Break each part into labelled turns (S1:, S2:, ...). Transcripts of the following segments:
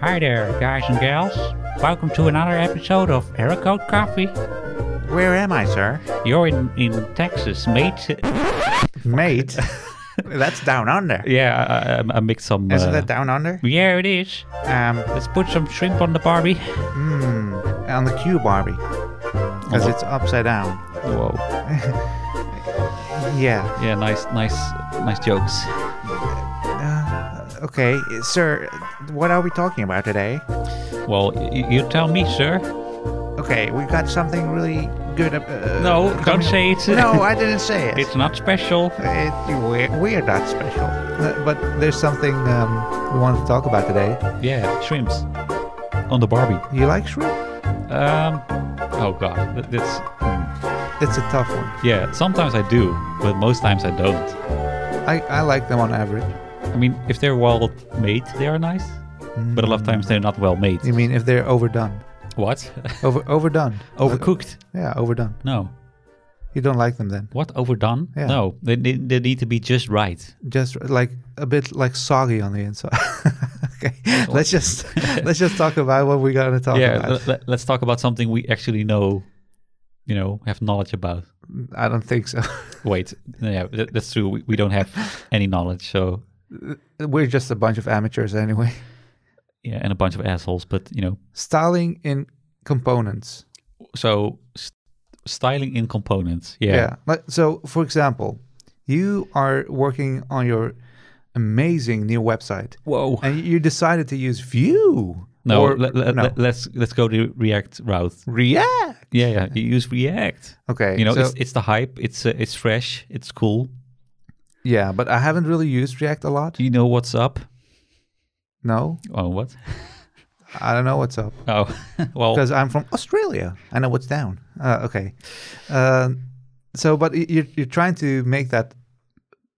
S1: Hi there, guys and gals. Welcome to another episode of Eric Oat Coffee.
S2: Where am I, sir?
S1: You're in, in Texas, mate.
S2: Mate. That's down under.
S1: Yeah, I, I, I mixed some.
S2: Isn't
S1: uh,
S2: that down under?
S1: Yeah, it is.
S2: Um,
S1: Let's put some shrimp on the Barbie.
S2: mm, on the Q Barbie. Because
S1: Oh.
S2: it's upside down.
S1: Whoa.
S2: Yeah.
S1: Yeah, nice, nice, nice jokes.
S2: Uh, okay, sir, what are we talking about today?
S1: Well, y- you tell me, sir.
S2: Okay, we've got something really good. ab- Uh,
S1: No, don't
S2: coming-
S1: say it.
S2: No, I didn't say it.
S1: It's not special.
S2: It- we're, we're not special. Uh, But there's something um, we want to talk about today.
S1: Yeah, shrimps on the Barbie.
S2: You like shrimp?
S1: Um, oh god, th- that's mm.
S2: That's a tough one.
S1: yeah. Sometimes I do, but most times I don't.
S2: I, I like them on average.
S1: I mean, if they're well made, they are nice. But a lot of times they're not well made.
S2: You mean if they're overdone?
S1: What?
S2: Over overdone. Uh,
S1: Overcooked?
S2: Yeah, overdone.
S1: No.
S2: You don't like them then.
S1: What? Overdone?
S2: Yeah.
S1: No. They, they they need to be just right.
S2: Just like a bit like soggy on the inside. okay. Let's just let's just talk about what we're gonna talk
S1: yeah.
S2: about.
S1: le- le- let's talk about something we actually know. You know, have knowledge about.
S2: I don't think so.
S1: Wait, no, yeah, th- that's true. We, we don't have any knowledge, so
S2: we're just a bunch of amateurs anyway.
S1: yeah, and a bunch of assholes. But you know,
S2: Styling in components.
S1: so st- styling in components, yeah,
S2: Like so for example, you are working on your amazing new website
S1: Whoa,
S2: and you decided to use Vue.
S1: no,
S2: or,
S1: le- le-
S2: no.
S1: le- let's let's go the React route.
S2: React.
S1: Yeah, yeah, you use React.
S2: Okay.
S1: You know,
S2: so-
S1: it's it's the hype. It's uh, it's fresh. It's cool.
S2: yeah, but I haven't really used React a lot.
S1: Do you know what's up?
S2: No.
S1: Oh, what?
S2: I don't know what's up
S1: Oh, well,
S2: because I'm from Australia. I know what's down. Uh, okay, uh, so but y- you're you're trying to make that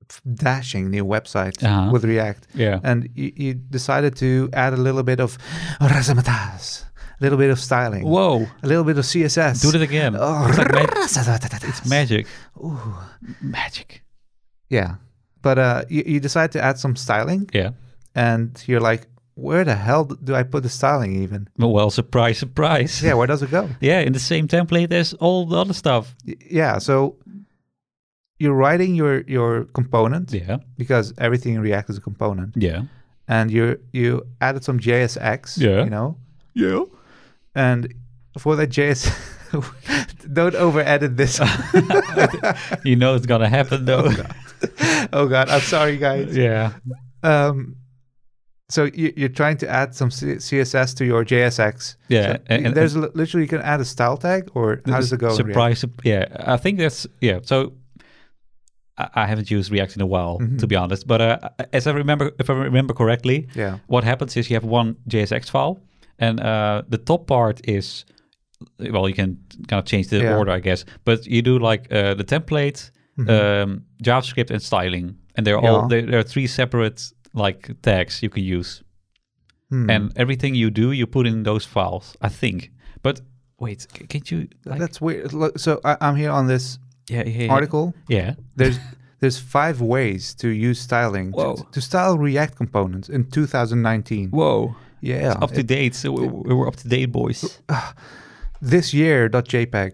S2: f- dashing new website
S1: Uh-huh.
S2: with React,
S1: yeah,
S2: and you, you decided to add a little bit of razzmatazz, a little bit of styling,
S1: Whoa!
S2: a little bit of CSS.
S1: Do that again.
S2: Oh,
S1: It's like mag-
S2: razzmatazz.
S1: magic.
S2: Ooh.
S1: Magic.
S2: Yeah, but uh, you, you decide to add some styling,
S1: Yeah.
S2: and you're like, where the hell do I put the styling even?
S1: Well, Well, surprise, surprise.
S2: Yeah, where does it go?
S1: Yeah, in the same template as all the other stuff.
S2: Y- yeah so you're writing your your component
S1: Yeah.
S2: because everything in react is a component
S1: Yeah.
S2: and you you added some jsx
S1: Yeah.
S2: you know
S1: Yeah.
S2: and for that js don't over edit this
S1: You know it's gonna happen though.
S2: oh god i'm sorry guys
S1: yeah.
S2: um so you, you're trying to add some C- css to your jsx
S1: Yeah,
S2: So
S1: and-
S2: y-
S1: and-
S2: there's li- literally you can add a style tag or how does it go in React?
S1: Surprise. sup- Yeah. I think that's yeah. So I, I haven't used React in a while,
S2: Mm-hmm.
S1: to be honest. But uh, as I remember, if I remember correctly,
S2: yeah
S1: what happens is you have one JSX file, and uh, the top part is well, you can kind of change the
S2: Yeah.
S1: order, I guess. But you do like uh, the template, um, JavaScript, and styling, and they're all
S2: Mm-hmm. Yeah.
S1: they, there are three separate like tags you can use,
S2: Mm-hmm. Hmm.
S1: and everything you do you put in those files, I think. But wait, c- can't you? Like,
S2: that's weird Look, so I, i'm here on this
S1: yeah, yeah, yeah.
S2: article
S1: Yeah.
S2: there's there's five ways to use styling
S1: Whoa.
S2: to, to style React components in 2019.
S1: Whoa.
S2: Yeah,
S1: Up to date. So we- we we're up to date, boys.
S2: this year .jpg.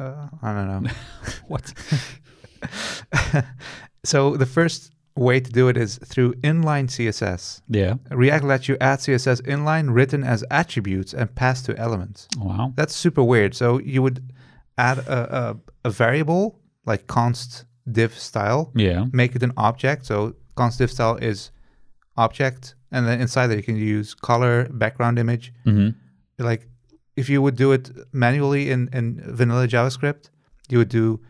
S2: Uh, I don't know.
S1: what?
S2: so the first way to do it is through inline CSS.
S1: Yeah.
S2: React lets you add CSS inline written as attributes and passed to elements.
S1: Wow.
S2: That's super weird. So you would add a, a, a variable like const div style
S1: Yeah.
S2: make it an object. So const div style is object, and then inside that you can use color, background image.
S1: hmm
S2: Like if you would do it manually in, in vanilla JavaScript, you would do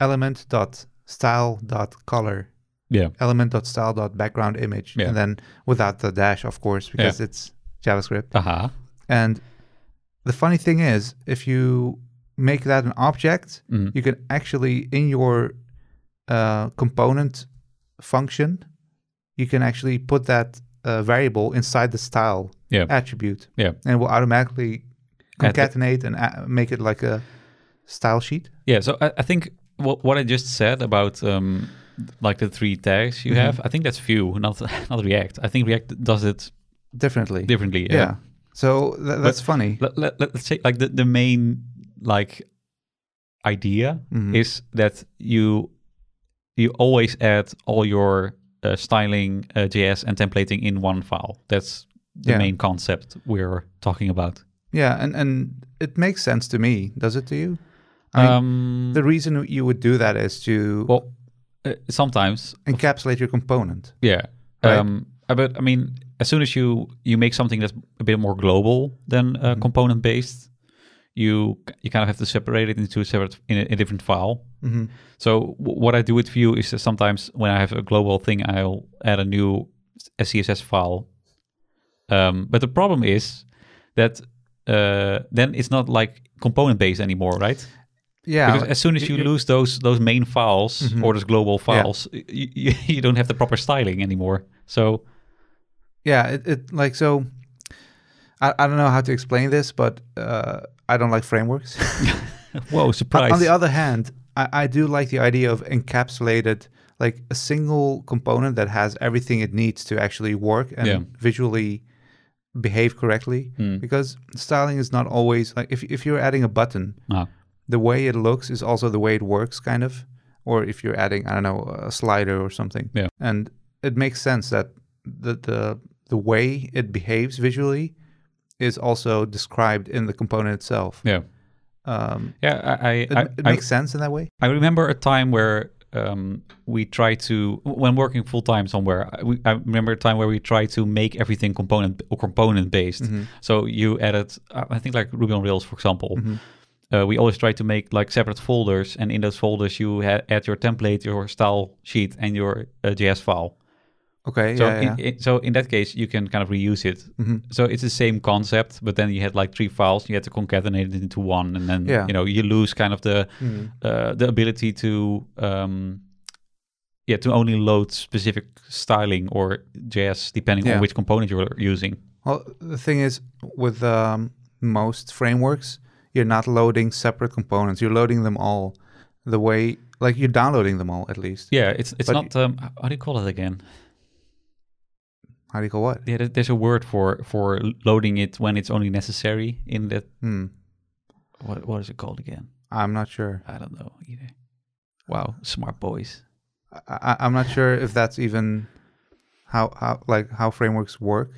S2: element dot style dot color
S1: Yeah.
S2: element dot style dot background image,
S1: Yeah.
S2: and then without the dash, of course, because it's JavaScript.
S1: Aha.
S2: And the funny thing is, if you make that an object,
S1: Mhm.
S2: you can actually in your uh, component function, you can actually put that uh, variable inside the style
S1: Yeah.
S2: attribute,
S1: Yeah.
S2: and it will automatically
S1: Add the-
S2: concatenate and a- make it like a style sheet.
S1: Yeah, so I, I think what, what I just said about um,
S2: Mm-hmm.
S1: like the three tags you have, I think that's Vue, not not React. I think React does it
S2: differently.
S1: differently.
S2: yeah. So tha- that's funny.
S1: Let, let, let's say like the, the main like idea
S2: Mhm.
S1: is that you you always add all your uh, styling uh, JS and templating in one file. That's the
S2: Yeah.
S1: main concept we're talking about.
S2: Yeah, and and it makes sense to me. Does it to you?
S1: Mm-hmm.
S2: I mean,
S1: Um,
S2: the reason you would do that is to
S1: well, uh, sometimes
S2: encapsulate your component.
S1: Yeah.
S2: Right?
S1: Um, uh, but I mean, as soon as you you make something that's a bit more global than uh, component based, you you kind of have to separate it into a separate in a, a different file.
S2: hmm
S1: So w- what I do with Vue is that sometimes when I have a global thing, I'll add a new s- a CSS file. Um, but the problem is that uh, then it's not like component based anymore, right?
S2: Yeah,
S1: because as soon as you, lose those those main files
S2: Mm-hmm.
S1: or those global files, y you, you don't have the proper styling anymore. So
S2: yeah, it, it like so. I, I don't know how to explain this, but uh, I don't like frameworks.
S1: whoa, surprise!
S2: On the other hand, I, I do like the idea of encapsulated, like a single component that has everything it needs to actually work and
S1: Yeah. Hmm.
S2: visually behave correctly. Because styling is not always like if if you're adding a button,
S1: Ah,
S2: the way it looks is also the way it works, kind of. Or if you're adding, I don't know, a slider or something.
S1: Yeah.
S2: And it makes sense that the the the way it behaves visually is also described in the component itself.
S1: yeah,
S2: Um,
S1: yeah. I I,
S2: it,
S1: I,
S2: it
S1: I,
S2: makes sense in that way.
S1: I remember a time where um, we tried to when working full time somewhere. I- We, I remember a time where we tried to make everything component or component based.
S2: Mm-hmm.
S1: So you added, uh, I think, like Ruby on Rails, for example.
S2: Mm-hmm.
S1: Uh, we always try to make like separate folders, and in those folders you ha- add your template, your style sheet, and your uh, JS file.
S2: Okay.
S1: So,
S2: yeah, yeah. Mm-hmm.
S1: in, in- so in that case, you can kind of reuse it. So it's the same concept, but then you had like three files, you had to concatenate it into one, and then
S2: Yeah.
S1: you know you lose kind of the
S2: Hmm.
S1: uh, the ability to um, yeah to only load specific styling or JS depending
S2: Yeah.
S1: on which component you're using.
S2: Well, the thing is, with um, most frameworks, you're not loading separate components. You're loading them all the way, like you're downloading them all at least.
S1: Yeah, it's it's
S2: But-
S1: not um, how do you call it again?
S2: How do you call what?
S1: Yeah, there- there's a word for for loading it when it's only necessary in that.
S2: Hmm.
S1: What what is it called again?
S2: I'm not sure.
S1: I don't know either. Wow, smart boys.
S2: I, I, I'm not sure if that's even how how like how frameworks work.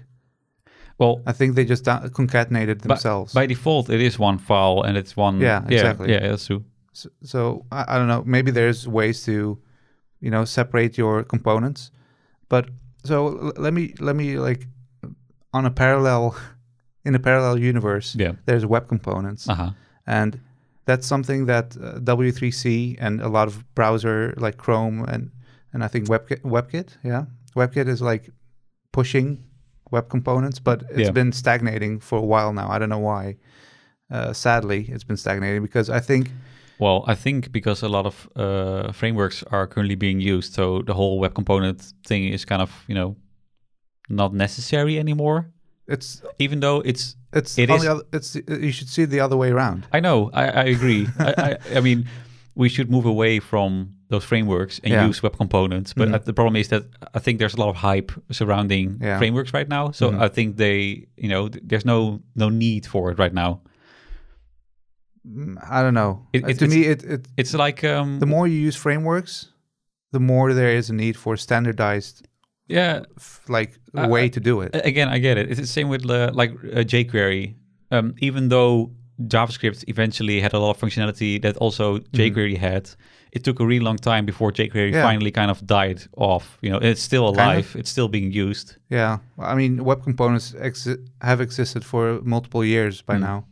S1: Well,
S2: I think they just down- concatenate it
S1: By-
S2: themselves.
S1: By, default, it is one file and it's one.
S2: Yeah, exactly.
S1: Yeah, that's true.
S2: so so I, I don't know. Maybe there's ways to, you know, separate your components. But so l- let me let me like on a parallel, in a parallel universe.
S1: Yeah.
S2: There's web components,
S1: Uh huh.
S2: and that's something that uh, W3C and a lot of browser like Chrome and and I think WebKit, WebKit, yeah, WebKit is like pushing web components, but it's
S1: Yeah.
S2: been stagnating for a while now. I don't know why. Uh, sadly, it's been stagnating because I think
S1: Well, I think because a lot of uh, frameworks are currently being used, so the whole web component thing is kind of you know not necessary anymore.
S2: it's
S1: Even though it's,
S2: It's
S1: It
S2: on
S1: is-
S2: the other, it's uh, you should see it the other way around.
S1: I know, I, I agree. I, I, I mean, we should move away from those frameworks and
S2: Yeah. Mm-hmm.
S1: use web components. But uh, the problem is that I think there's a lot of hype surrounding
S2: Yeah. Mm-hmm.
S1: frameworks right now. So I think they, you know, th- there's no no need for it right now.
S2: Mm, I don't know.
S1: It-
S2: Uh,
S1: it-
S2: to
S1: it's-
S2: me, it, it
S1: It's like um,
S2: the more you use frameworks, the more there is a need for standardized
S1: yeah.
S2: f- like
S1: I-
S2: way to do it.
S1: A- Again, I get it. It's the same with uh, like uh, jQuery. Um, even though JavaScript eventually had a lot of functionality that also jQuery had, it took a really long time before jQuery
S2: Yeah.
S1: finally kind of died off. You know, it's still
S2: of.
S1: alive. It's still being used.
S2: yeah, I mean, web components exi- have existed for multiple years
S1: Hmm.
S2: by now,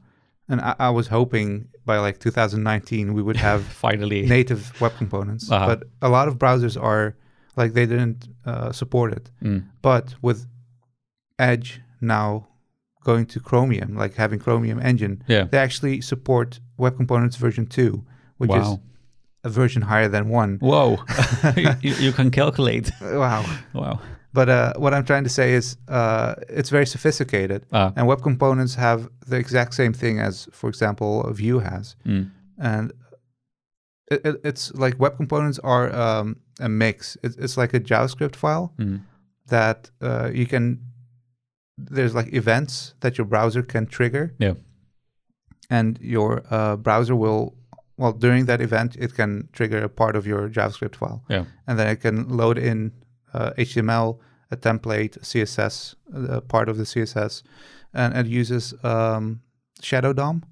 S2: and I, I was hoping by like 2019 we would have
S1: Finally,
S2: native web components.
S1: Uh-huh.
S2: But a lot of browsers are like they didn't uh, support it.
S1: Mm.
S2: But with Edge now going to Chromium, like having Chromium Engine,
S1: Yeah.
S2: they actually support Web Components version two, which is
S1: wow.
S2: a version higher than one.
S1: Whoa. you, you- you can calculate.
S2: Uh, Wow.
S1: Wow.
S2: But uh, what I'm trying to say is uh, it's very sophisticated.
S1: Ah.
S2: And Web Components have the exact same thing as, for example, Vue has.
S1: Mm.
S2: And it, it, it's like Web Components are um, a mix. It, it's like a JavaScript file
S1: Mm.
S2: that uh, you can there's like events that your browser can trigger,
S1: Yeah.
S2: and your uh, browser will well during that event it can trigger a part of your JavaScript file,
S1: Yeah.
S2: and then it can load in uh, HTML, a template, CSS, a part of the CSS, and it uses um, Shadow DOM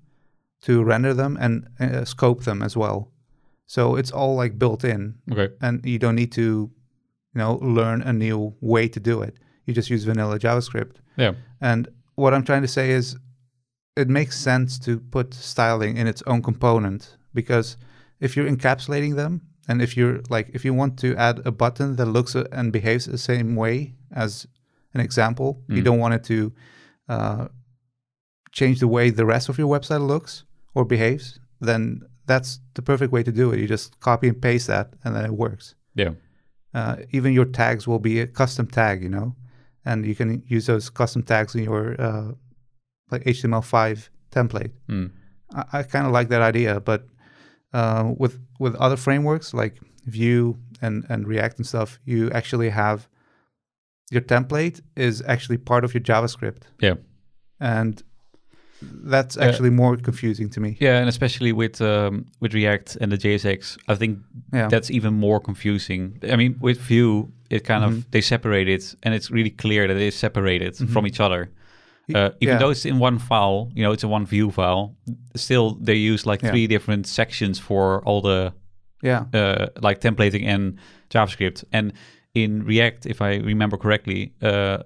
S2: to render them and uh, scope them as well. So it's all like built in,
S1: Okay.
S2: and you don't need to, you know, learn a new way to do it. You just use vanilla JavaScript.
S1: Yeah.
S2: And what I'm trying to say is it makes sense to put styling in its own component because if you're encapsulating them and if you're like if you want to add a button that looks a- and behaves the same way as an example, you don't want it to uh, change the way the rest of your website looks or behaves, then that's the perfect way to do it. You just copy and paste that and then it works
S1: Yeah.
S2: uh, even your tags will be a custom tag, you know, and you can use those custom tags in your uh, like HTML5 template.
S1: Mm.
S2: I, I kind of like that idea, but uh, with with other frameworks like Vue and and React and stuff, you actually have your template is actually part of your JavaScript,
S1: Yeah.
S2: and that's actually more confusing to me.
S1: Yeah, and especially with um, with React and the JSX, I think
S2: Yeah.
S1: that's even more confusing. I mean, with Vue, it kind of
S2: Mm-hmm.
S1: they separate it, and it's really clear that it is separated from each other. Uh, even
S2: yeah.
S1: though it's in one file, you know, it's a one view file. Still, they use like
S2: Yeah.
S1: three different sections for all the
S2: Yeah,
S1: uh, like templating and JavaScript. And in React, if I remember correctly, uh,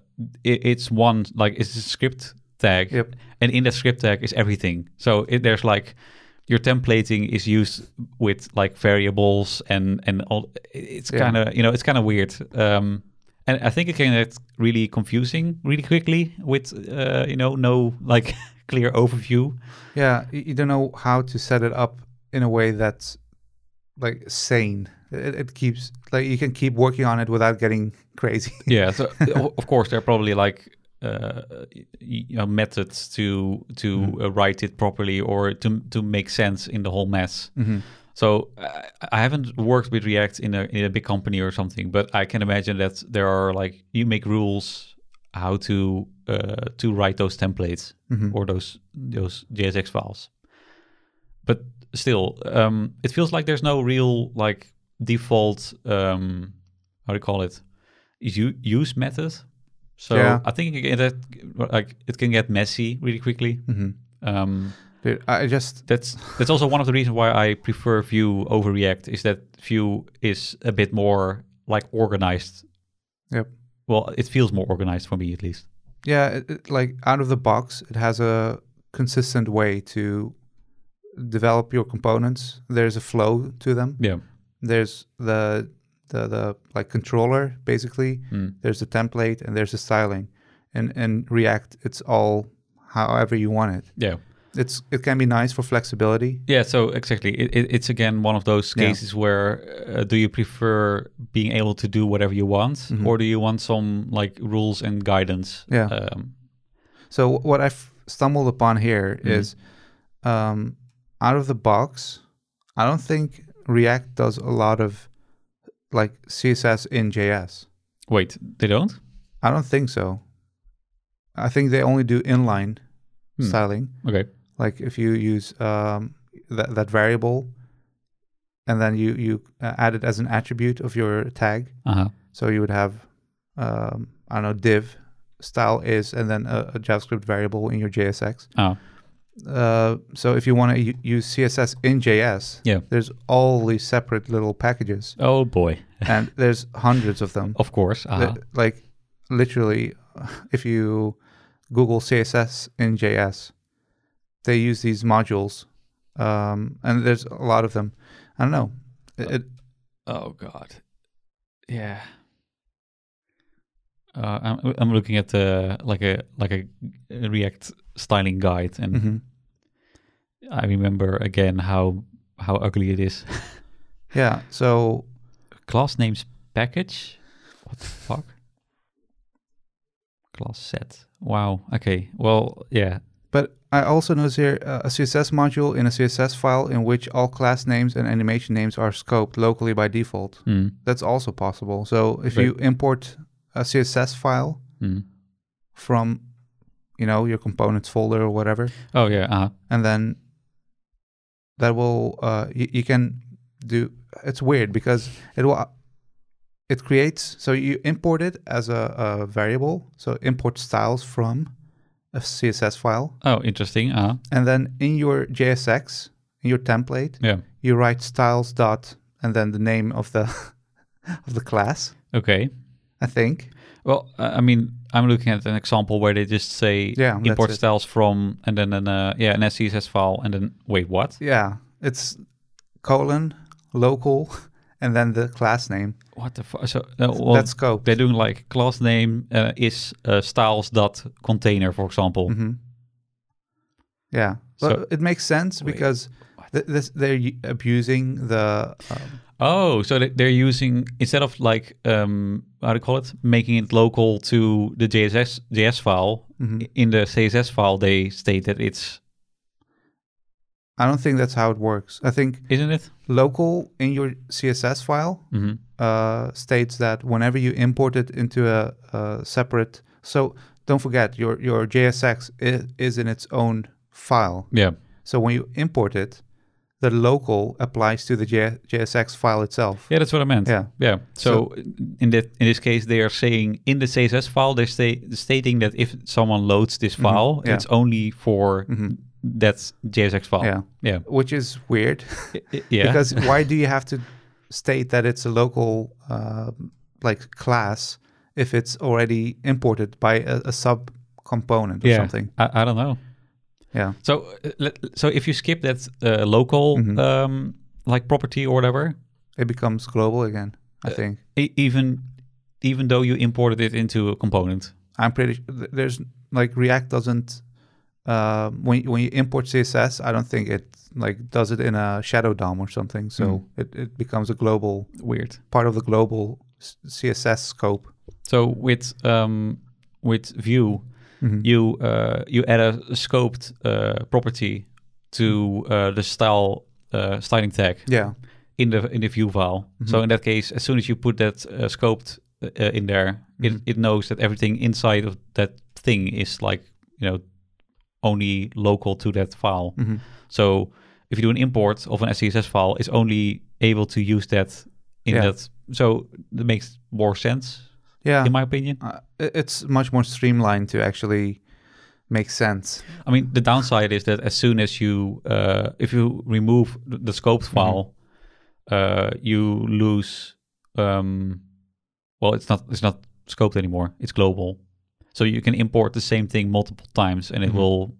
S1: it, it's one like it's a script tag,
S2: Yep.
S1: and in that script tag is everything. So it, there's like your templating is used with like variables and and all. It's
S2: Yeah.
S1: kind of you know it's kind of weird. Um, and I think it can get really confusing really quickly with uh, you know no like clear overview.
S2: Yeah, y- you don't know how to set it up in a way that's like sane. It, it keeps like you can keep working on it without getting crazy.
S1: yeah so uh, o- of course there are probably like uh, y- you know, methods to to uh, write it properly or to to make sense in the whole mess so I, I haven't worked with react in a, in a big company or something but i can imagine that there are like you make rules how to uh, to write those templates or those those jsx files but still um, it feels like there's no real like default um, how do you call it u- use method so
S2: Yeah.
S1: i think it, that like it can get messy really quickly um,
S2: Dude, I just
S1: that's that's also one of the reasons why i prefer vue over react is that vue is a bit more like organized
S2: yep.
S1: well it feels more organized for me at least
S2: yeah, it, it, like out of the box, it has a consistent way to develop your components. There's a flow to them.
S1: yeah
S2: There's the the the like controller basically. There's the template and there's the styling. And in React, it's all however you want it.
S1: yeah
S2: it's it can be nice for flexibility.
S1: Yeah, so exactly. It, it, it's again one of those
S2: Yeah.
S1: cases where uh, do you prefer being able to do whatever you want, or do you want some like rules and guidance?
S2: Yeah.
S1: Um,
S2: So wh- what I've stumbled upon here is, um, out of the box, I don't think React does a lot of like CSS in JS.
S1: wait, they don't?
S2: I don't think so. I think they only do inline styling.
S1: Okay.
S2: Like if you use um, that that variable, and then you you uh, add it as an attribute of your tag,
S1: Uh huh.
S2: So you would have, um, I don't know, div style is, and then a, a JavaScript variable in your JSX.
S1: Oh,
S2: Uh, so if you want to use CSS in JS,
S1: Yeah.
S2: there's all these separate little packages,
S1: oh boy.
S2: and there's hundreds of them.
S1: Of course. Uh-huh.
S2: Li- Like literally, if you Google CSS in JS, they use these modules, um, and there's a lot of them. I don't know. It, it,
S1: oh god. Yeah. Uh, I'm, I'm looking at the like a like a React styling guide, and
S2: mhm.
S1: I remember again how how ugly it is.
S2: Yeah. So
S1: class names package. What the fuck? Class set. Wow. Okay. Well, yeah.
S2: But I also notice here uh, a CSS module in a CSS file in which all class names and animation names are scoped locally by default.
S1: Mm,
S2: That's also possible. So if
S1: Right.
S2: you import a CSS file
S1: mm.
S2: from you know your components folder or whatever
S1: Oh yeah. Uh-huh.
S2: and then that will uh, you, you can do it's weird because it will it creates so you import it as a, a variable so import styles from a css file
S1: Oh, interesting. Uh-huh.
S2: and then in your jsx in your template
S1: Yeah.
S2: you write styles dot and then the name of the of the class
S1: Okay.
S2: i think
S1: Well, I I mean, I'm looking at an example where they just say
S2: Yeah, that's
S1: import
S2: it.
S1: styles from and then an uh, yeah an SCSS file and then wait what?
S2: yeah it's colon local and then the class name
S1: What the fuck? So uh, well,
S2: that's scope
S1: they're doing like class name uh, is uh, styles dot container for example.
S2: hmm Yeah,
S1: So-
S2: well, it makes sense
S1: Wait,
S2: because th- this, they're u- abusing the. Um,
S1: Oh, so they- they're using instead of like um how do you call it making it local to the JSS JS file
S2: Mm-hmm.
S1: i- in the CSS file they state that it's
S2: I don't think that's how it works. I think
S1: isn't it?
S2: local in your CSS file
S1: hmm
S2: uh, states that whenever you import it into a, a separate. So don't forget your your JSX is, is in its own file.
S1: Yeah.
S2: So when you import it, the local applies to the J- JSX file itself.
S1: Yeah, that's what I meant.
S2: Yeah.
S1: yeah. So, in that in this case, they are saying in the CSS file, they're sta- stating that if someone loads this file,
S2: yeah.
S1: it's only for that JSX file.
S2: Yeah.
S1: Mm-hmm. yeah,
S2: Which is weird.
S1: I- I- yeah.
S2: because why do you have to state that it's a local uh, like class if it's already imported by a, a sub component or
S1: yeah,
S2: something
S1: I, I don't know.
S2: yeah
S1: So, uh, let, so if you skip that uh, local um, like property or whatever,
S2: it becomes global again i think
S1: e- even even though you imported it into a component.
S2: i'm pretty su- th- there's like react doesn't uh, when when you import css i don't think it like does it in a shadow dom or something so
S1: Hmm.
S2: it, it becomes a global
S1: Weird.
S2: part of the global s- css scope
S1: So with um, with Vue,
S2: Mm-hmm.
S1: you uh, you add a scoped uh, property to uh, the style uh, styling tag
S2: yeah Mm-hmm.
S1: in the in the Vue file. So in that case, as soon as you put that uh, scoped uh, uh, in there,
S2: Mm-hmm.
S1: it, it knows that everything inside of that thing is like you know only local to that file.
S2: Mm. Mm-hmm.
S1: So if you do an import of an SCSS file, it's only able to use that in
S2: Yeah.
S1: that. So that makes more sense,
S2: yeah
S1: in my opinion.
S2: uh, it- it's much more streamlined to actually make sense.
S1: I mean, the downside is that as soon as you, uh, if you remove th- the scoped
S2: Mm-hmm.
S1: file, uh, you lose. Um, well, it's not it's not scoped anymore. It's global, so you can import the same thing multiple times, and it will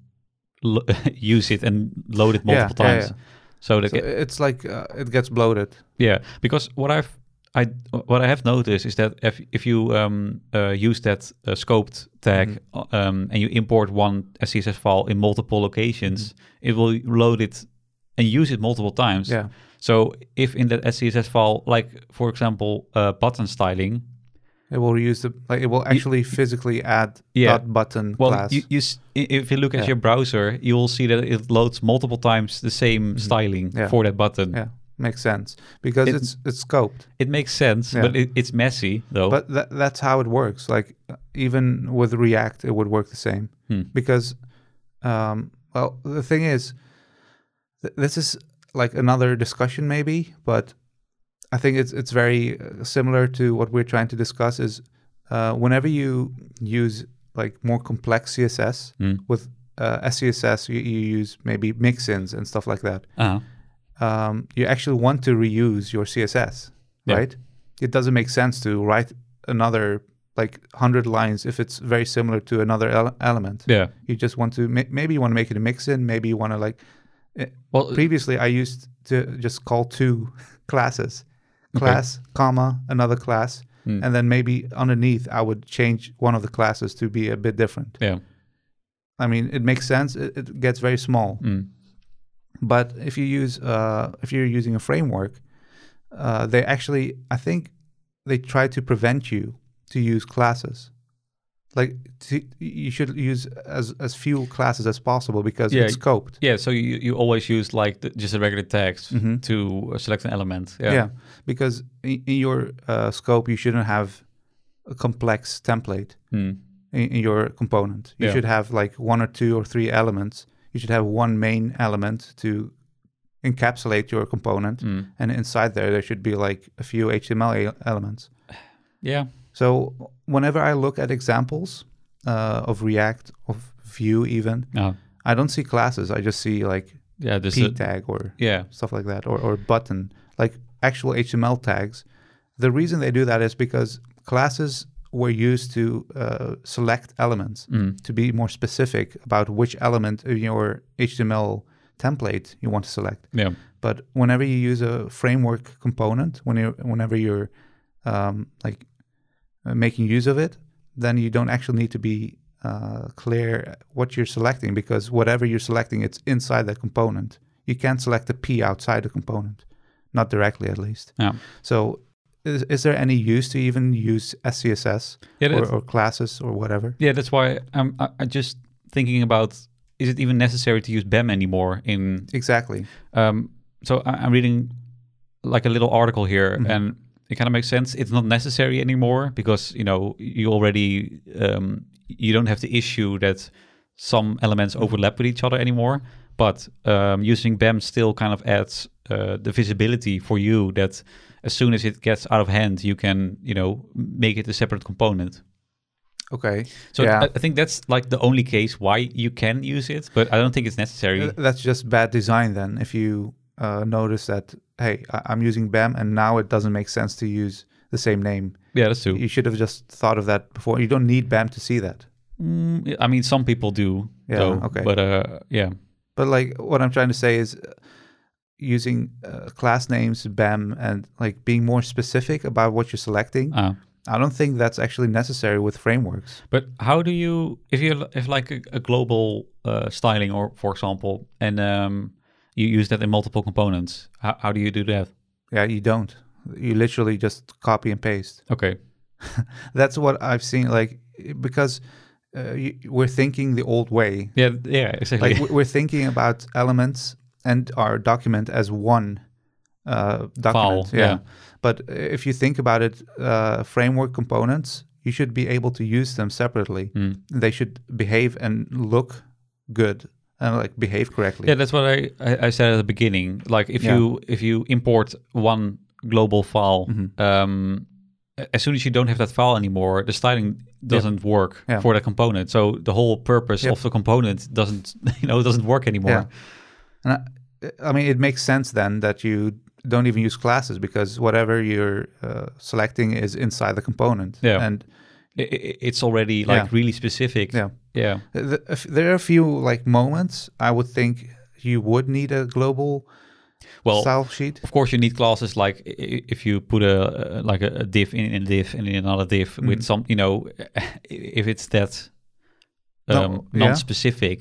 S1: lo- use it and load it
S2: Mm-hmm. Yeah,
S1: multiple
S2: yeah,
S1: times.
S2: yeah.
S1: So that
S2: So it's like uh, it gets bloated.
S1: yeah, because what I've I what I have noticed is that if if you um, uh, use that uh, scoped tag uh,
S2: Mm-hmm.
S1: um, and you import one CSS file in multiple locations, it will load it and use it multiple times.
S2: Mm-hmm. Yeah.
S1: So if in that CSS file, like for example, uh, button styling,
S2: It will use the like it will actually physically add
S1: Yeah.
S2: dot button
S1: well,
S2: class.
S1: you, you s- i- if you look at
S2: Yeah.
S1: your browser, you will see that it loads multiple times the same styling
S2: Mm-hmm. Yeah.
S1: for that button.
S2: yeah, makes sense because
S1: It-
S2: it's it's scoped.
S1: It makes sense,
S2: Yeah.
S1: but it, it's messy though.
S2: But tha- that's how it works. Like uh, even with React, it would work the same
S1: Hmm.
S2: because, um, well, the thing is, th- this is like another discussion maybe, but I think it's it's very uh, similar to what we're trying to discuss. Is uh, whenever you use like more complex CSS
S1: Hmm.
S2: with uh, SCSS, you, you use maybe mixins and stuff like that
S1: uh
S2: um, you actually want to reuse your CSS,
S1: Yeah.
S2: right? It doesn't make sense to write another like hundred lines if it's very similar to another ele- element.
S1: Yeah.
S2: You just want to ma- maybe you want to make it a mix in. Maybe you want to like. eh,
S1: Well,
S2: Previously, I used to just call two classes, class comma another class,
S1: Hmm.
S2: and then maybe underneath I would change one of the classes to be a bit different.
S1: yeah.
S2: I mean, it makes sense. It, it gets very small.
S1: Mm.
S2: But if you use uh, if you're using a framework, uh, they actually I think they try to prevent you to use classes. Like to, you should use as as few classes as possible because
S1: Yeah.
S2: it's scoped.
S1: Yeah, so you, you always use like the, just a regular text to uh, select an element. Yeah.
S2: Mm-hmm. Yeah, because in, in your uh, scope you shouldn't have a complex template.
S1: Mm.
S2: in, in your component. You
S1: Yeah.
S2: should have like one or two or three elements. You should have one main element to encapsulate your component,
S1: Mm.
S2: and inside there there should be like a few HTML e- elements.
S1: Yeah.
S2: So whenever I look at examples uh, of React of Vue, even
S1: No.
S2: I don't see classes. I just see like
S1: Yeah. This.
S2: p
S1: Is,
S2: tag or
S1: yeah.
S2: stuff like that, or, or button, like actual HTML tags. The reason they do that is because classes were used to uh, select elements
S1: Mm.
S2: to be more specific about which element in your HTML template you want to select.
S1: Yeah.
S2: But whenever you use a framework component, when you whenever you're um, like uh, making use of it, then you don't actually need to be uh, clear what you're selecting because whatever you're selecting, it's inside that component. You can't select a P outside the component, not directly at least.
S1: Yeah.
S2: So, is, is there any use to even use SCSS
S1: Yeah.
S2: or,
S1: That's,
S2: or classes or whatever?
S1: yeah. That's why I'm. I, I just thinking about is it even necessary to use BEM anymore in
S2: Exactly.
S1: Um, so I, I'm reading like a little article here, and it kind of makes sense. It's not necessary anymore because you know you already um, you don't have the issue that some elements overlap with each other anymore. But um, using BEM still kind of adds uh, the visibility for you that as soon as it gets out of hand, you can you know make it a separate component.
S2: Okay.
S1: So
S2: Yeah.
S1: I, I think that's like the only case why you can use it, but I don't think it's necessary.
S2: Th- That's just bad design then. If you uh, notice that, hey, I- I'm using BAM and now it doesn't make sense to use the same name.
S1: yeah, that's true.
S2: You should have just thought of that before. You don't need BAM to see that.
S1: Mm, I mean, some people do.
S2: Yeah,
S1: Though,
S2: okay.
S1: But uh, yeah.
S2: But like what I'm trying to say is uh, using uh, class names, BAM, and like being more specific about what you're selecting.
S1: Uh,
S2: I don't think that's actually necessary with frameworks.
S1: but how do you if you if like a, a global uh, styling or for example, and um, you use that in multiple components? How, how do you do that?
S2: Yeah, you don't. You literally just copy and paste.
S1: Okay.
S2: That's what I've seen. Like because uh, you, we're thinking the old way,
S1: Yeah. Yeah. Exactly.
S2: like we- we're thinking about elements and our document as one uh, document.
S1: yeah.
S2: But if you think about it, uh, framework components, you should be able to use them separately.
S1: Mm.
S2: They should behave and look good and like behave correctly.
S1: Yeah, that's what I, I, I said at the beginning. Like if
S2: Yeah.
S1: you if you import one global file,
S2: Mm-hmm.
S1: um, a- as soon as you don't have that file anymore, the styling doesn't work
S2: Yeah.
S1: for that component. So the whole purpose
S2: Yep.
S1: of the component doesn't you know doesn't work anymore.
S2: And I, I mean, it makes sense then that you don't even use classes because whatever you're uh, selecting is inside the component.
S1: Yeah.
S2: And
S1: I- I- it's already like
S2: Yeah.
S1: really specific.
S2: yeah.
S1: Yeah.
S2: Th- if there are a few like moments I would think you would need a global
S1: Well,
S2: style sheet.
S1: of course you need classes like i- i- if you put a uh, like a, a div in a div and in another div
S2: Mm-hmm.
S1: with some you know if it's that
S2: No,
S1: um,
S2: yeah.
S1: non-specific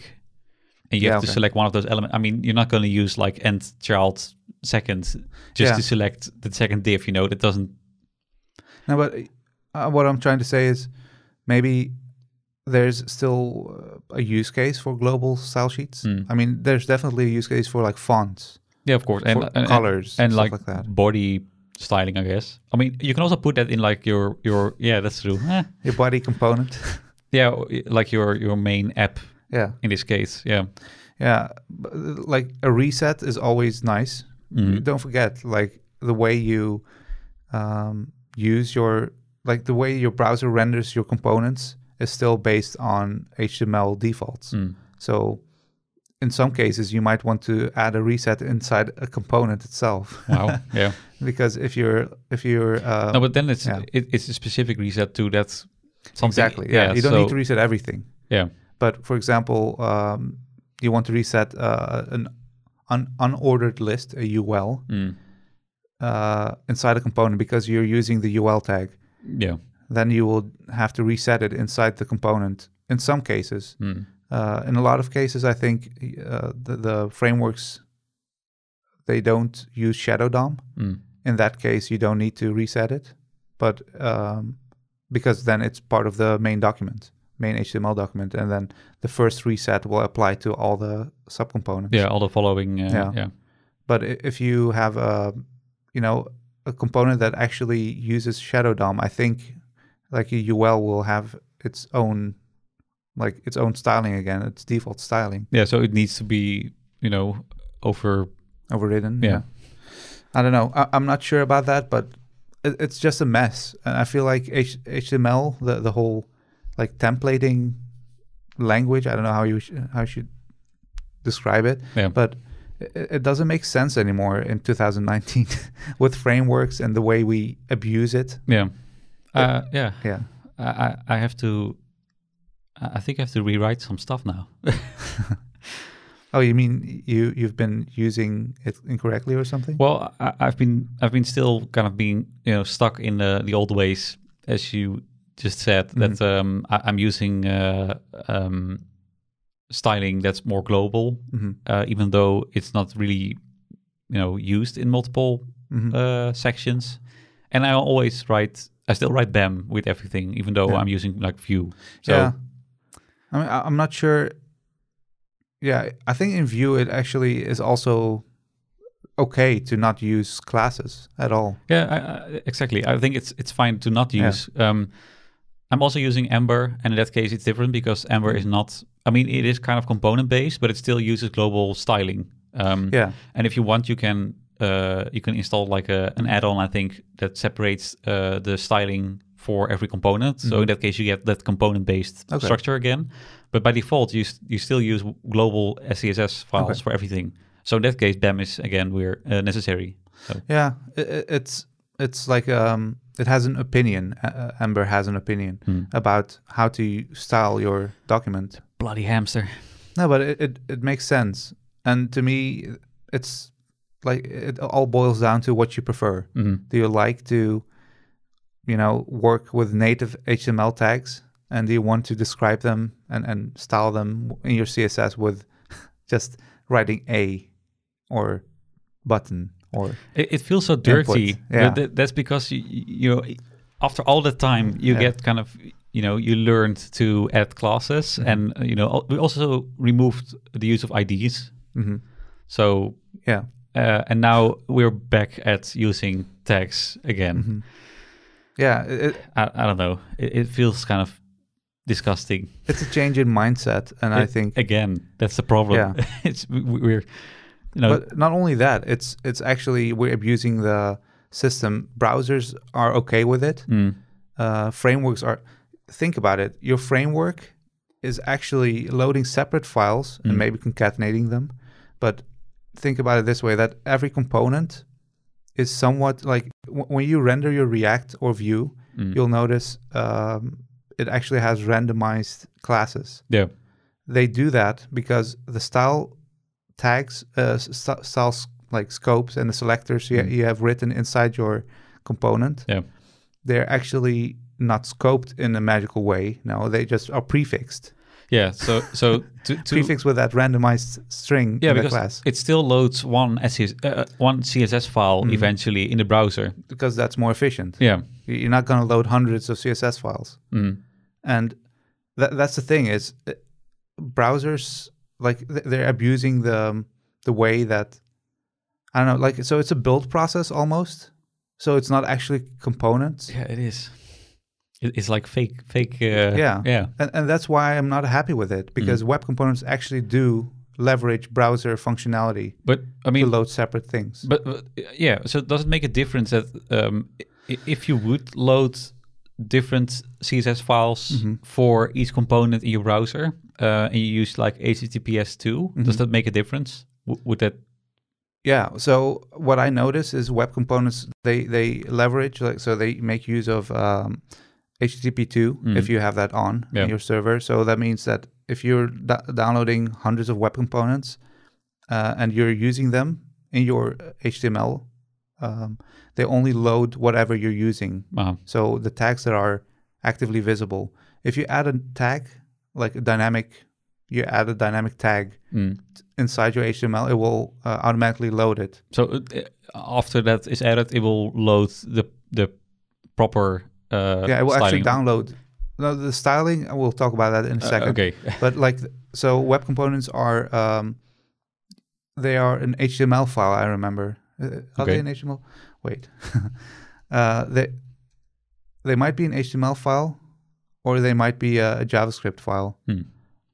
S1: and you
S2: Yeah,
S1: have to
S2: okay.
S1: select one of those elements. I mean, you're not going to use like end child second just
S2: Yeah.
S1: to select the second div. You know that doesn't.
S2: No, but uh, what I'm trying to say is maybe there's still uh, a use case for global style sheets. I mean, there's definitely a use case for like fonts,
S1: Yeah, of course, and,
S2: for
S1: and- and-
S2: colors,
S1: and,
S2: stuff
S1: like,
S2: like, that.
S1: body styling. I guess. I mean, you can also put that in like your your yeah, that's true. Eh.
S2: Your body component.
S1: Yeah, o- like your your main app
S2: yeah,
S1: in this case. Yeah.
S2: yeah. But, uh, like a reset is always nice. Don't forget, like the way you um, use your like the way your browser renders your components is still based on HTML defaults.
S1: Mm.
S2: So in some cases, you might want to add a reset inside a component itself,
S1: Wow. yeah.
S2: because if you're if you're uh,
S1: No, but then it's
S2: yeah.
S1: it, it's a specific reset to that something.
S2: exactly yeah, you don't
S1: so-
S2: need to reset everything.
S1: yeah.
S2: But for example, um, you want to reset uh, an un- unordered list, a UL,
S1: Mm.
S2: uh, inside a component because you're using the UL tag.
S1: Yeah.
S2: Then you will have to reset it inside the component. In some cases,
S1: Mm.
S2: Uh, in a lot of cases, I think uh, the, the frameworks they don't use Shadow DOM.
S1: Mm.
S2: In that case, you don't need to reset it, but um, because then it's part of the main document, main HTML document, and then the first reset will apply to all the subcomponents.
S1: Yeah. All the following. Uh, yeah.
S2: Yeah. But i- if you have a, you know, a component that actually uses Shadow DOM, I think like a UL will have its own like its own styling again, its default styling
S1: Yeah, so it needs to be, you know, over.
S2: overridden.
S1: Yeah.
S2: I don't know. I, I'm not sure about that, but it, it's just a mess. And I feel like H, HTML, the the whole like templating language. I don't know how you sh- how you should describe it,
S1: Yeah.
S2: but it, it doesn't make sense anymore in 2019 with frameworks and the way we abuse it.
S1: Yeah. Uh, yeah.
S2: Yeah.
S1: I, I, I have to. I I think I have to rewrite some stuff now.
S2: Oh, you mean you you've been using it incorrectly or something?
S1: Well, I, I've been I've been still kind of being you know stuck in the the old ways, as you just said.
S2: Mm-hmm.
S1: That um, I, I'm using uh, um, styling that's more global,
S2: Mhm.
S1: uh, even though it's not really you know used in multiple
S2: Mm-hmm.
S1: uh, sections. And I always write. I still write BAM with everything, even though
S2: Yeah.
S1: I'm using like Vue. So
S2: yeah. I mean, I, I'm not sure. Yeah, I think in Vue it actually is also okay to not use classes at all.
S1: Yeah, I, I, exactly. I think it's it's fine to not use. Um, I'm also using Ember, and in that case, it's different because Ember is not. I mean, it is kind of component based, but it still uses global styling. Um,
S2: Yeah.
S1: And if you want, you can uh, you can install like a, an add-on. I think that separates uh, the styling for every component. So in that case, you get that component based
S2: Okay.
S1: structure again. But by default, you s you still use global SCSS files for everything. So in that case, BAM is again we're uh, necessary. So.
S2: Yeah, i i- it's it's like um, it has an opinion. Uh, uh, Ember has an opinion about how to style your document.
S1: Bloody hamster.
S2: No, but it, it it makes sense, and to me, it's like it all boils down to what you prefer.
S1: Mm-hmm.
S2: Do you like to, you know, work with native HTML tags, and do you want to describe them and and style them in your CSS with just writing a or button or
S1: It, it feels so dirty.
S2: yeah.
S1: But that- that's because you, you know, after all the time, you
S2: Yeah.
S1: get kind of you know you learned to add classes,
S2: Mm-hmm.
S1: and uh, you know al- we also removed the use of IDs.
S2: Mhm.
S1: So
S2: yeah
S1: uh, and now we're back at using tags again.
S2: mm-hmm. yeah. It, it-
S1: I, I don't know. It, it feels kind of disgusting.
S2: it's a change in mindset, and I
S1: It-
S2: think
S1: again that's the problem.
S2: Yeah.
S1: it's we- we're you know
S2: But not only that, it's it's actually we're abusing the system. Browsers are okay with it.
S1: mm,
S2: Uh, frameworks are. Think about it. Your framework is actually loading separate files and maybe concatenating them. But think about it this way: that every component is somewhat like w- when you render your React or Vue, you'll notice um, it actually has randomized classes
S1: yeah
S2: they do that because the style tags, uh, s- st- style s- like scopes and the selectors you, you have written inside your component,
S1: yeah
S2: they're actually not scoped in a magical way. No, they just are prefixed,
S1: yeah. So so to, to
S2: prefixed with that randomized string
S1: Yeah,
S2: in the
S1: because
S2: class,
S1: it still loads one SS, uh, one CSS file
S2: Mm.
S1: eventually in the browser.
S2: because that's more efficient.
S1: Yeah,
S2: Y- You're not going to load hundreds of CSS files.
S1: Mm.
S2: And tha that's the thing is uh, browsers like th- they're abusing the um, the way that I don't know like so it's a build process almost. So it's not actually components.
S1: yeah, it is. It, it's like fake, fake. Uh,
S2: Yeah.
S1: yeah,
S2: And and that's why I'm not happy with it
S1: Mm.
S2: because web components actually do leverage browser functionality
S1: but I
S2: to
S1: mean,
S2: load separate things.
S1: but, but, uh, yeah. So does it make a difference that um, i- if you would load different CSS files
S2: Mm-hmm.
S1: for each component in your browser uh, and you use like HTTPS 2
S2: Mm-hmm.
S1: does that make a difference? W- would that?
S2: Yeah. So what I notice is web components they they leverage like so they make use of um, HTTP two if you have that on
S1: Yeah.
S2: in your server. So that means that if you're d- downloading hundreds of web components uh, and you're using them in your HTML, um, they only load whatever you're using.
S1: Uh,
S2: So the tags that are actively visible. If you add a tag like a dynamic, you add a dynamic tag
S1: mm.
S2: inside your HTML, it will uh, automatically load it.
S1: So uh, after that is added, it will load the the proper. Uh,
S2: yeah, it will actually
S1: styling. Uh,
S2: download. No, the styling, uh, we'll talk about that in a second.
S1: Okay.
S2: But like, th- so web components are, um, they are an HTML file, I remember. Uh, are
S1: Okay.
S2: they an HTML? Wait. uh, they, they might be an HTML file or they might be a, a JavaScript file.
S1: Hmm.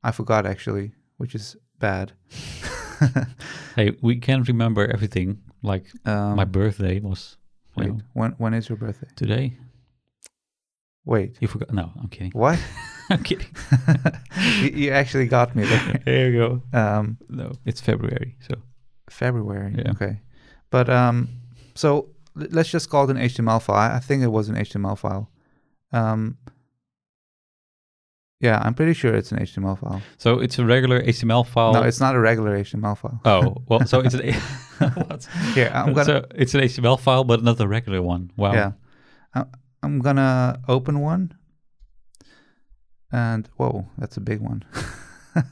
S2: I forgot actually, which is bad.
S1: Hey, we can remember everything. Like
S2: Um,
S1: my birthday was you
S2: wait,
S1: know,
S2: when when is your birthday?
S1: today.
S2: Wait,
S1: You forgot? No, I'm kidding.
S2: what?
S1: I'm kidding.
S2: you, you actually got me there.
S1: There you go.
S2: Um,
S1: No, it's February. So
S2: February.
S1: Yeah.
S2: Okay. But um, so l- let's just call it an HTML file. I think it was an HTML file. Um, yeah, I'm pretty sure it's an HTML file.
S1: so it's a regular HTML file.
S2: No, it's not a regular HTML file.
S1: oh well. So it's an what?
S2: Here, I'm gonna
S1: so it's an HTML file, but not a regular one. Wow.
S2: yeah, I, I'm gonna open one. And whoa, that's a big one.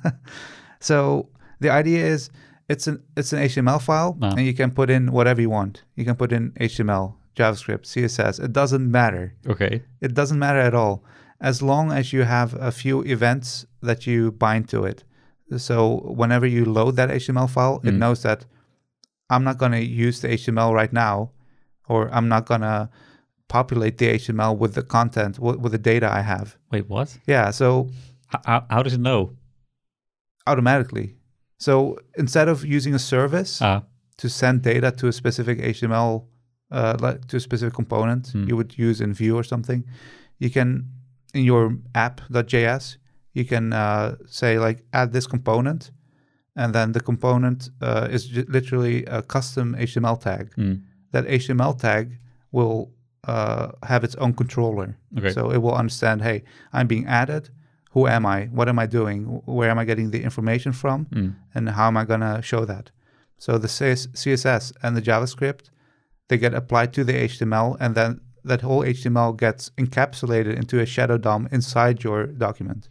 S2: so the idea is it's an it's an HTML file,
S1: Ah.
S2: and you can put in whatever you want. You can put in HTML, JavaScript, CSS. It doesn't matter.
S1: Okay.
S2: It doesn't matter at all, as long as you have a few events that you bind to it. So whenever you load that HTML file, it
S1: Mm.
S2: knows that I'm not going to use the HTML right now, or I'm not going to populate the HTML with the content with, with the data I have.
S1: Wait, what?
S2: Yeah, so
S1: H- How, how does it know?
S2: automatically. So instead of using a service
S1: Ah,
S2: to send data to a specific HTML, uh, like to a specific component
S1: Hmm.
S2: you would use in Vue or something, you can in your app.js you can uh, say like add this component, and then the component uh, is ju- literally a custom HTML tag.
S1: mm,
S2: That HTML tag will uh, have its own controller,
S1: okay.
S2: so it will understand. Hey, I'm being added. Who am I? What am I doing? Wh- Where am I getting the information from?
S1: Mm.
S2: and how am I going to show that? So the CS CSS and the JavaScript, they get applied to the HTML, and then that whole HTML gets encapsulated into a shadow DOM inside your document,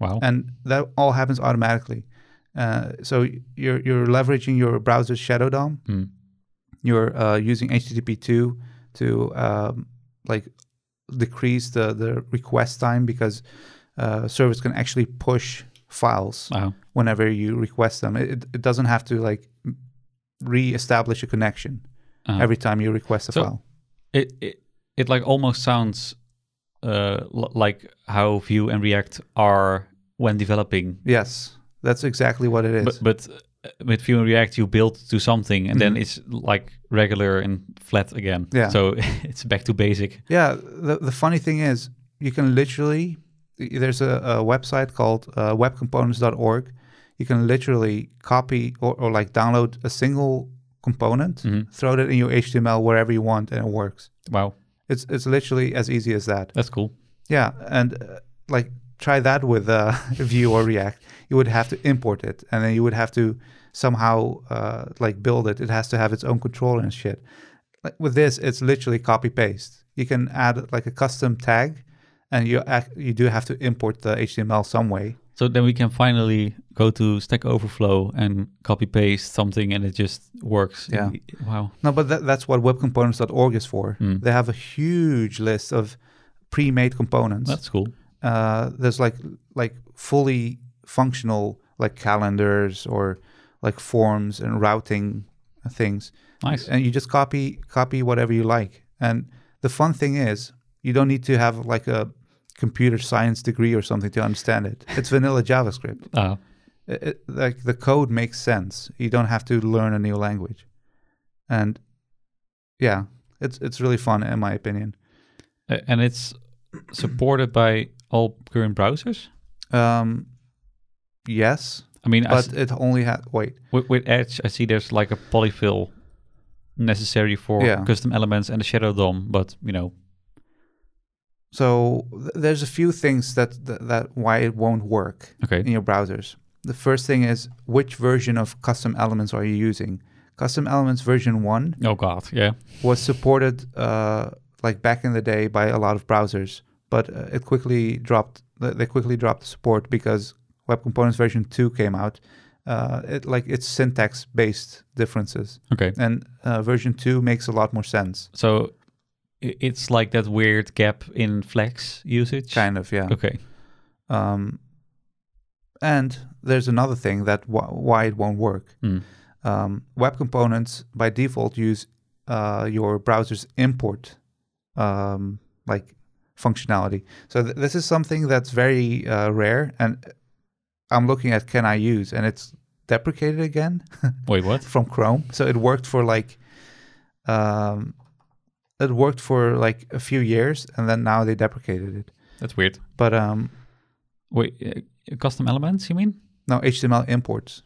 S1: Wow.
S2: and that all happens automatically. Uh, so you're you're leveraging your browser's shadow DOM.
S1: Mm.
S2: You're uh, using HTTP two to um, like decrease the the request time because uh, servers can actually push files
S1: Wow.
S2: whenever you request them. It, it- it doesn't have to like m- re-establish a connection
S1: Ah.
S2: every time you request a
S1: So-
S2: file.
S1: it it, it like almost sounds uh, l- like how Vue and React are when developing,
S2: Yes, that's exactly what it is.
S1: but but uh, with Vue and React you build to something and then it's like regular and flat again.
S2: Mm-hmm. Yeah.
S1: So it's back to basic.
S2: yeah, the, the funny thing is, you can literally there's a, a website called uh, webcomponents.org. You can literally copy or, or like download a single component,
S1: Mhm.
S2: throw that in your HTML wherever you want, and it works.
S1: Wow,
S2: It's it's literally as easy as that.
S1: that's cool.
S2: Yeah, and uh, like try that with uh, Vue or React. You would have to import it, and then you would have to somehow uh, like build it. It has to have its own controller and shit. Like with this, it's literally copy paste. You can add like a custom tag, and you ac- you do have to import the HTML some way.
S1: So then we can finally go to Stack Overflow and copy paste something and it just works.
S2: Yeah.
S1: Wow.
S2: No, but that, that's what webcomponents.org is for.
S1: Mm.
S2: They have a huge list of pre-made components.
S1: That's cool.
S2: uh, there's like like fully functional like calendars or like forms and routing things
S1: Nice.
S2: and you just copy copy whatever you like and the fun thing is you don't need to have like a computer science degree or something to understand it it's vanilla javascript
S1: Uh,
S2: it, it- like the code makes sense you don't have to learn a new language and yeah it's it's really fun in my opinion
S1: a- and it's supported by all current browsers.
S2: um yes
S1: I mean, I s-
S2: but it only had wait
S1: With, with Edge, I see there's like a polyfill necessary for
S2: Yeah.
S1: custom elements and the shadow DOM, but you know,
S2: So th- there's a few things that, that that why it won't work
S1: okay,
S2: in your browsers. The first thing is which version of custom elements are you using? Custom elements version one
S1: oh god, yeah,
S2: was supported uh, like back in the day by a lot of browsers, but uh, it quickly dropped. th- They quickly dropped the support because Web Components version two came out. Uh, it like it's syntax based differences,
S1: okay.
S2: and uh, version two makes a lot more sense.
S1: So i- it's like that weird gap in Flex usage.
S2: Kind of, yeah.
S1: Okay,
S2: Um, and there's another thing that wh- why it won't work.
S1: Hmm.
S2: Um, web components by default use uh, your browser's import um, like functionality. So th- this is something that's very uh, rare, and I'm looking at can I use, and it's deprecated again
S1: Wait, what?
S2: from Chrome. So it worked for like, um, it worked for like a few years, and then now they deprecated it.
S1: That's weird.
S2: But um,
S1: Wait, uh, custom elements? You mean?
S2: no HTML imports.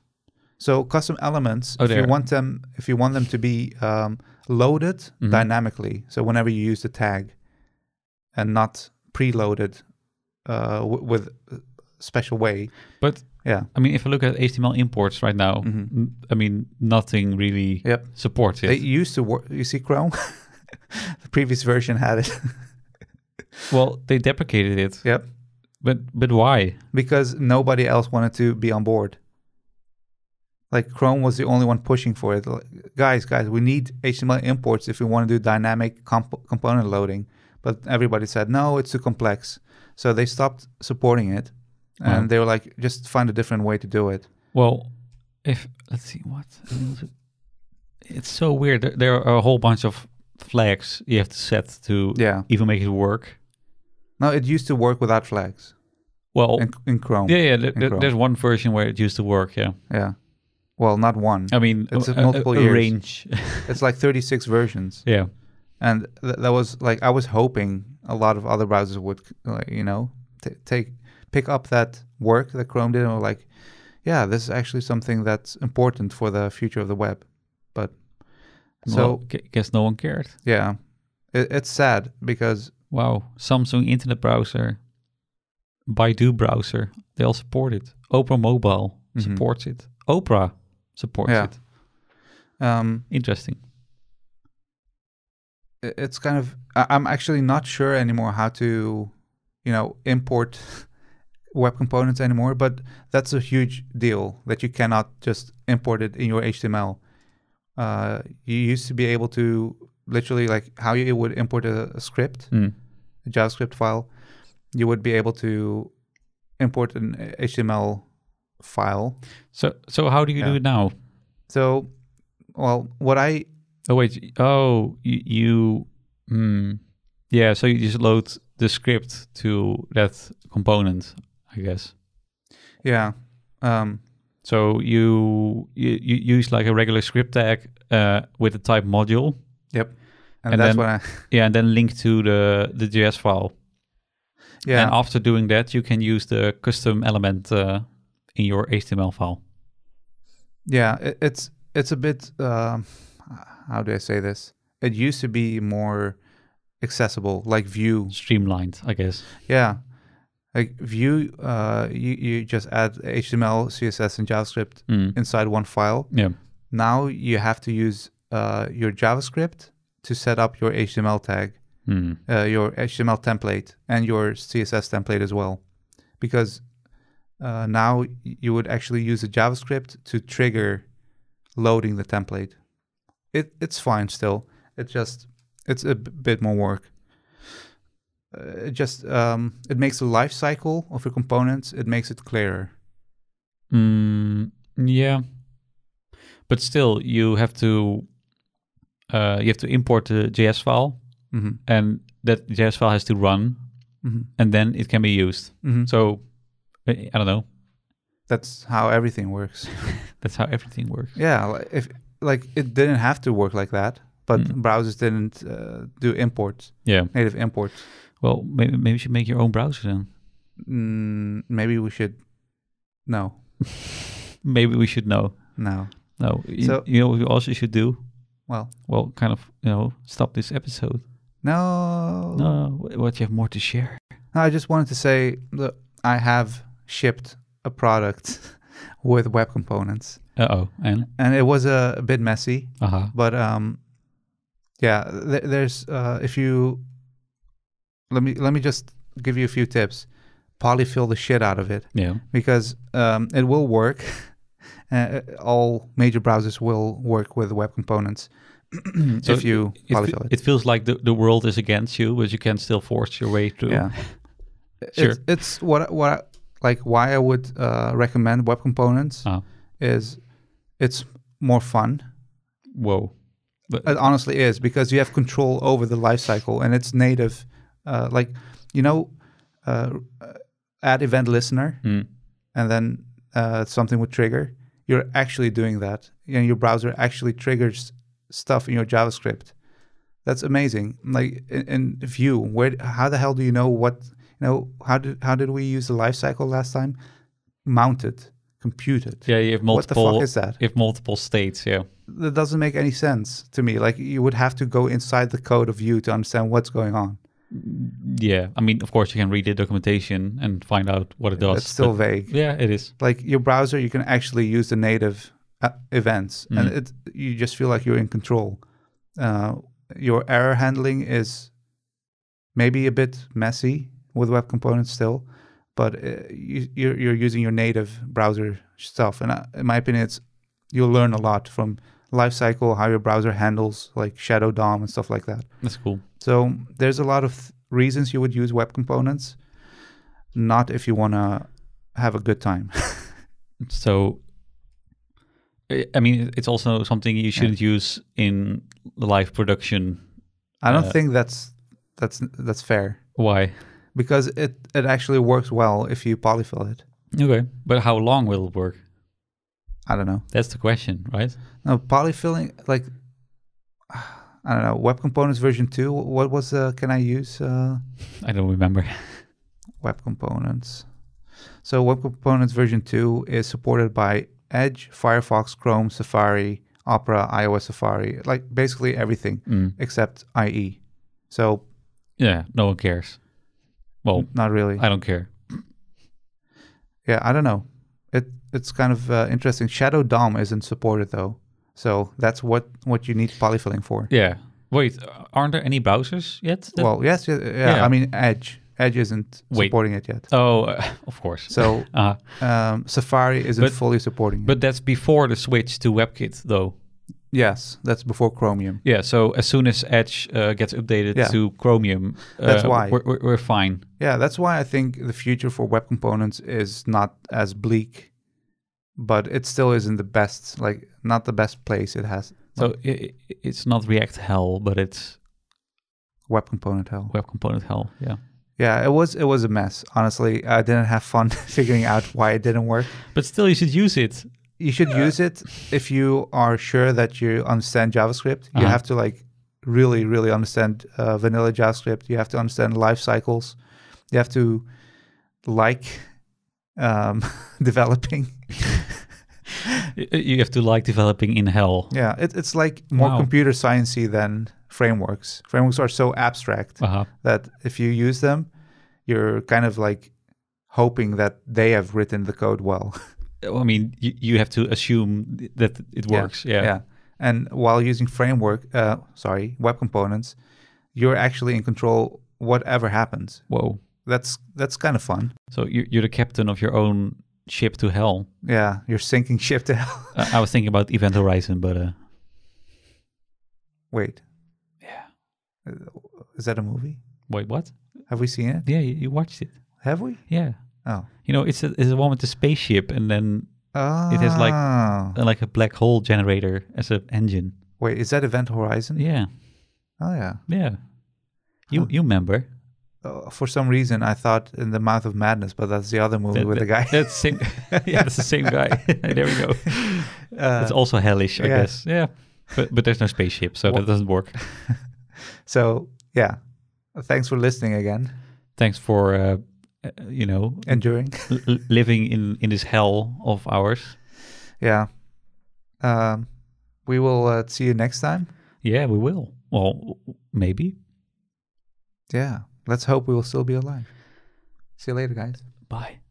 S2: So custom elements,
S1: Oh,
S2: if you
S1: there.
S2: want them, if you want them to be um, loaded
S1: Mm-hmm.
S2: dynamically, so whenever you use the tag, and not preloaded uh, w- with a special way,
S1: But
S2: yeah,
S1: I mean, if I look at HTML imports right now, n- I mean, nothing really
S2: Mm-hmm. Yep.
S1: supports it.
S2: it used to work. You see, Chrome, the previous version had it.
S1: well, they deprecated it,
S2: yep,
S1: but but why?
S2: because nobody else wanted to be on board. Like Chrome was the only one pushing for it. Like, guys, guys, we need HTML imports if we want to do dynamic comp- component loading. But everybody said no, it's too complex. So they stopped supporting it, and
S1: Wow.
S2: they were like, just find a different way to do it.
S1: Well, if let's see what it's so weird. There, there are a whole bunch of flags you have to set to
S2: Yeah.
S1: even make it work.
S2: No, it used to work without flags
S1: Well,
S2: in, in Chrome.
S1: yeah, yeah. there- there-
S2: Chrome.
S1: there's one version where it used to work. Yeah,
S2: Yeah. Well, not one.
S1: I mean,
S2: It's
S1: a,
S2: a multiple
S1: a, a
S2: years.
S1: range.
S2: It's like 36 versions.
S1: yeah,
S2: and th- that was like I was hoping a lot of other browsers would like you know t- take pick up that work that Chrome did and were like, yeah, this is actually something that's important for the future of the web. But so
S1: so guess no one cared.
S2: yeah, it, it's sad because
S1: Wow, Samsung Internet Browser, Baidu Browser, they all support it. Opera Mobile
S2: Mhm.
S1: supports it. Opera supports
S2: Yeah.
S1: it.
S2: um,
S1: Interesting.
S2: i- it's kind of I- I'm actually not sure anymore how to you know import web components anymore. But that's a huge deal that you cannot just import it in your HTML. Uh, you used to be able to literally like how you would import a, a script,
S1: Mm.
S2: a JavaScript file. You would be able to import an uh, HTML file.
S1: So so how do you do
S2: Yeah.
S1: it now?
S2: So, well, what I
S1: Oh wait. y- Oh, you. you hmm. Yeah. So you just load the script to that component, I guess.
S2: yeah, um,
S1: So you you, you use like a regular script tag uh, with the type module.
S2: yep, and,
S1: And then-
S2: that's what I
S1: Yeah, and then link to the the JS file.
S2: yeah.
S1: And after doing that, you can use the custom element uh, in your HTML file.
S2: Yeah, it, it's it's a bit. Um, how do I say this? It used to be more accessible, like Vue.
S1: Streamlined, I guess.
S2: Yeah, like Vue. Uh, you you just add HTML, CSS, and JavaScript
S1: Mm.
S2: inside one file.
S1: Yeah.
S2: Now you have to use uh, your JavaScript to set up your HTML tag,
S1: Hmm.
S2: uh, your HTML template, and your CSS template as well, because uh, now you would actually use the JavaScript to trigger loading the template. It it's fine still. It's just it's a b- bit more work. Uh, it just um, it makes the life cycle of your components. It makes it clearer.
S1: Mm, yeah, but still, you have to uh, you have to import the JS file,
S2: hmm
S1: and that JS file has to run,
S2: hmm
S1: and then it can be used.
S2: hmm
S1: So uh, I don't know.
S2: That's how everything works.
S1: That's how everything works.
S2: Yeah, like if like it didn't have to work like that, but
S1: Mm.
S2: browsers didn't uh, do imports,
S1: Yeah.
S2: native imports.
S1: Well, maybe maybe you should make your own browser then.
S2: Mm, maybe we should. No,
S1: Maybe we should know.
S2: no.
S1: No. You,
S2: So-
S1: you know what we also should do?
S2: Well,
S1: Well, kind of you know stop this episode.
S2: no.
S1: No, wh- what you have more to share?
S2: No, I just wanted to say that I have shipped a product with web components,
S1: Uh oh, and
S2: and it was a, a bit messy,
S1: uh huh.
S2: but um, yeah. Th- there's uh, if you let me let me just give you a few tips. Polyfill the shit out of it.
S1: Yeah.
S2: because um, it will work. uh, all major browsers will work with web components
S1: So
S2: if you
S1: it, fe-
S2: polyfill it.
S1: it feels like the, the world is against you, but you can still force your way through.
S2: Yeah,
S1: Sure.
S2: It's, it's what what I- like why I would uh, recommend web components
S1: Ah,
S2: is it's more fun.
S1: whoa. But,
S2: It honestly is because you have control over the lifecycle and it's native. Uh, like you know, uh, add event listener,
S1: Mm.
S2: and then uh, something would trigger. You're actually doing that, and your browser actually triggers stuff in your JavaScript. That's amazing. Like in, in Vue, where how the hell do you know what you know? How did how did we use the lifecycle last time? Mounted, computed.
S1: Yeah, you have
S2: What the
S1: multiple.
S2: fuck is that?
S1: You have multiple states. Yeah.
S2: that doesn't make any sense to me. Like you would have to go inside the code of Vue to understand what's going on.
S1: Yeah. I mean, of course, you can read the documentation and find out what it does.
S2: That's still
S1: but-
S2: vague.
S1: yeah, it is.
S2: Like your browser, you can actually use the native uh, events, and it you just feel like you're in control. Uh, your error handling is maybe a bit messy with web components still, but uh, you, you're you're using your native browser stuff, and uh, in my opinion, it's you'll learn a lot from lifecycle, how your browser handles like Shadow DOM and stuff like that.
S1: That's cool.
S2: So there's a lot of th- reasons you would use web components, not if you want to have a good time.
S1: So, I I mean, it's also something you shouldn't use in live production.
S2: I don't
S1: Uh,
S2: think that's that's that's fair
S1: Why?
S2: because it it actually works well if you polyfill it.
S1: Okay, but how long will it work?
S2: I don't know.
S1: That's the question, right?
S2: No polyfilling like I don't know. Web components version 2 what was uh, can I use uh,
S1: I don't remember.
S2: web components. So web components version 2 is supported by Edge, Firefox, Chrome, Safari, Opera, iOS Safari, like basically everything.
S1: Mm.
S2: except IE. So
S1: Yeah, no one cares. Well,
S2: not really.
S1: I don't care.
S2: yeah, I don't know. It it's kind of uh, interesting. Shadow DOM isn't supported though, so that's what what you need polyfilling for.
S1: Yeah. Wait, uh, aren't there any browsers yet? that-
S2: Well, yes, yeah, yeah,
S1: Yeah.
S2: I mean Edge. Edge isn't
S1: Wait.
S2: supporting it yet.
S1: oh, uh, of course.
S2: So
S1: uh,
S2: um, Safari isn't
S1: But-
S2: fully supporting it.
S1: but that's before the switch to WebKit, though.
S2: Yes, that's before Chromium.
S1: Yeah. So as soon as Edge uh, gets updated
S2: Yeah.
S1: to Chromium,
S2: That's
S1: uh,
S2: why.
S1: we're, we're, we're fine.
S2: Yeah, that's why I think the future for web components is not as bleak, but it still isn't the best, like not the best place it has
S1: So i i it's not React hell, but it's
S2: web component hell.
S1: Web Component hell. Yeah.
S2: Yeah, it was it was a mess. Honestly, I didn't have fun figuring out why it didn't work.
S1: But still, you should use it.
S2: You should use it if you are sure that you understand JavaScript. You
S1: Uh-huh.
S2: have to like really, really understand uh, vanilla JavaScript. You have to understand life cycles. You have to like um, developing.
S1: Y- You have to like developing in hell.
S2: Yeah, it, it's like more
S1: Wow.
S2: computer sciencey than frameworks. Frameworks are so abstract
S1: Uh-huh.
S2: that if you use them, you're kind of like hoping that they have written the code well.
S1: I mean, you, you have to assume th- that it works. Yeah.
S2: yeah. And while using framework, uh, sorry, web components, you're actually in control whatever happens.
S1: Whoa.
S2: That's that's kind of fun.
S1: So you, you're the captain of your own ship to hell.
S2: Yeah, you're sinking ship to hell.
S1: Uh, I was thinking about Event Horizon, but uh,
S2: Wait, Uh,
S1: yeah.
S2: is that a movie?
S1: Wait, what?
S2: Have we seen it?
S1: Yeah, you, you watched it.
S2: Have we?
S1: Yeah.
S2: Oh,
S1: You know, it's a, it's a one with the spaceship and then
S2: oh.
S1: has, like- uh, like a black hole generator as an engine.
S2: Wait, is that Event Horizon?
S1: Yeah.
S2: Oh yeah.
S1: Yeah. You you remember?
S2: Uh, for some reason, I thought in the Mouth of Madness, but that's the other movie
S1: That-
S2: with the guy.
S1: that- That's same. yeah, that's the same guy. there we go.
S2: Uh,
S1: It's also hellish, I
S2: yeah.
S1: guess. Yeah. But but there's no spaceship, so that doesn't work.
S2: so yeah, thanks for listening again.
S1: Thanks for uh, uh, you know
S2: Enduring.
S1: l- l- living in in this hell of ours.
S2: Yeah. Um, we will uh, see you next time.
S1: Yeah, we will. Well, w- w- maybe.
S2: Yeah. Let's hope we will still be alive. See you later, guys.
S1: Bye.